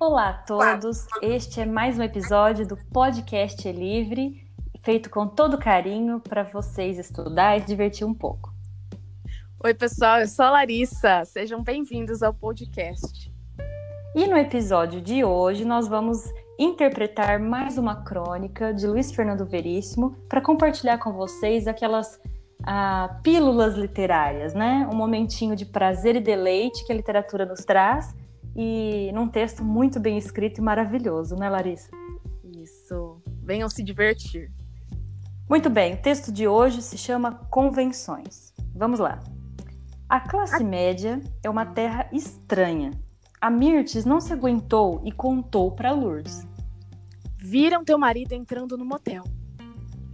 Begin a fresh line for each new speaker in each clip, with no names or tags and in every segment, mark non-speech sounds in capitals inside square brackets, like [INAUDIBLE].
Olá a todos, este é mais um episódio do Podcast É Livre, feito com todo carinho para vocês estudar e se divertir um pouco.
Oi, pessoal, eu sou a Larissa, sejam bem-vindos ao podcast.
E no episódio de hoje nós vamos interpretar mais uma crônica de Luiz Fernando Veríssimo para compartilhar com vocês aquelas ah, pílulas literárias, né? Um momentinho de prazer e deleite que a literatura nos traz e num texto muito bem escrito e maravilhoso, né, Larissa?
Isso. Venham se divertir.
Muito bem, o texto de hoje se chama Convenções. Vamos lá. A classe média é uma terra estranha. A Mirtes não se aguentou e contou para Lourdes.
Viram teu marido entrando no motel.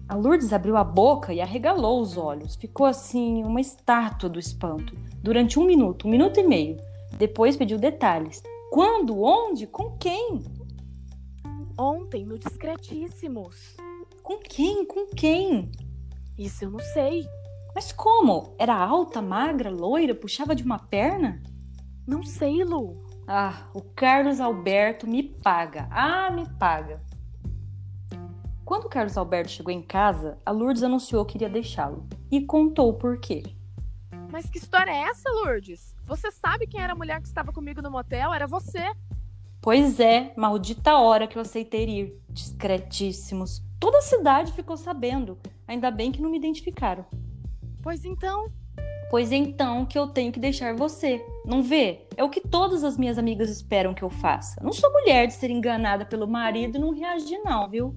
A Lourdes abriu a boca e arregalou os olhos. Ficou assim, uma estátua do espanto, durante um minuto, um minuto e meio. Depois pediu detalhes. Quando, onde, com quem?
Ontem, no Discretíssimos.
Com quem? Com quem?
Isso eu não sei.
Mas como? Era alta, magra, loira, puxava de uma perna?
Não sei, Lu.
Ah, o Carlos Alberto me paga. Ah, me paga. Quando o Carlos Alberto chegou em casa, a Lourdes anunciou que iria deixá-lo e contou o porquê.
Mas que história é essa, Lourdes? Você sabe quem era a mulher que estava comigo no motel? Era você.
Pois é, maldita hora que eu aceitei ir. Discretíssimos. Toda a cidade ficou sabendo. Ainda bem que não me identificaram.
Pois então,
Pois então que eu tenho que deixar você. Não vê? É o que todas as minhas amigas esperam que eu faça. Não sou mulher de ser enganada pelo marido e não reagir, não, viu?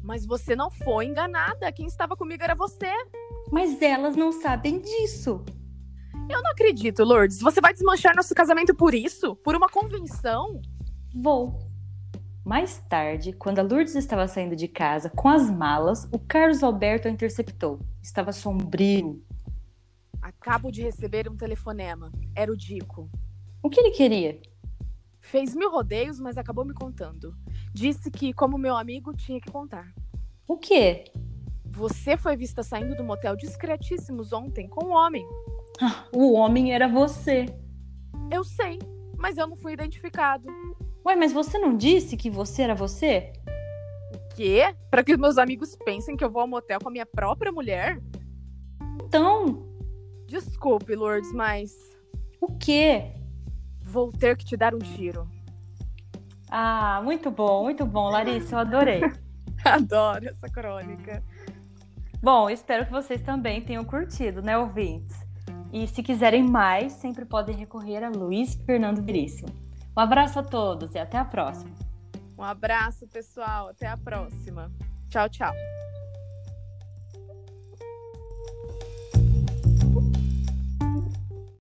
mas você não foi enganada. Quem estava comigo era você.
Mas elas não sabem disso.
Eu não acredito, Lourdes. Você vai desmanchar nosso casamento por isso? Por uma convenção?
Vou. Mais tarde, quando a Lourdes estava saindo de casa com as malas, o Carlos Alberto a interceptou. Estava sombrio.
Acabo de receber um telefonema. Era o Dico.
O que ele queria?
Fez mil rodeios, mas acabou me contando. Disse que, como meu amigo, tinha que contar.
O quê?
Você foi vista saindo do motel discretíssimos ontem com um homem.
O homem era você.
Eu sei, mas eu não fui identificado.
Ué, mas você não disse que você era você?
Quê? Para que os meus amigos pensem que eu vou ao motel com a minha própria mulher?
Então,
Desculpe, Lourdes, mas
o quê?
vou ter que te dar um tiro.
Ah, muito bom, muito bom, Larissa, eu adorei.
[LAUGHS] Adoro essa crônica.
Bom, espero que vocês também tenham curtido, né, ouvintes? E se quiserem mais, sempre podem recorrer a Luiz Fernando Veríssimo. Um abraço a todos e até a próxima.
Um abraço, pessoal. Até a próxima. Tchau, tchau.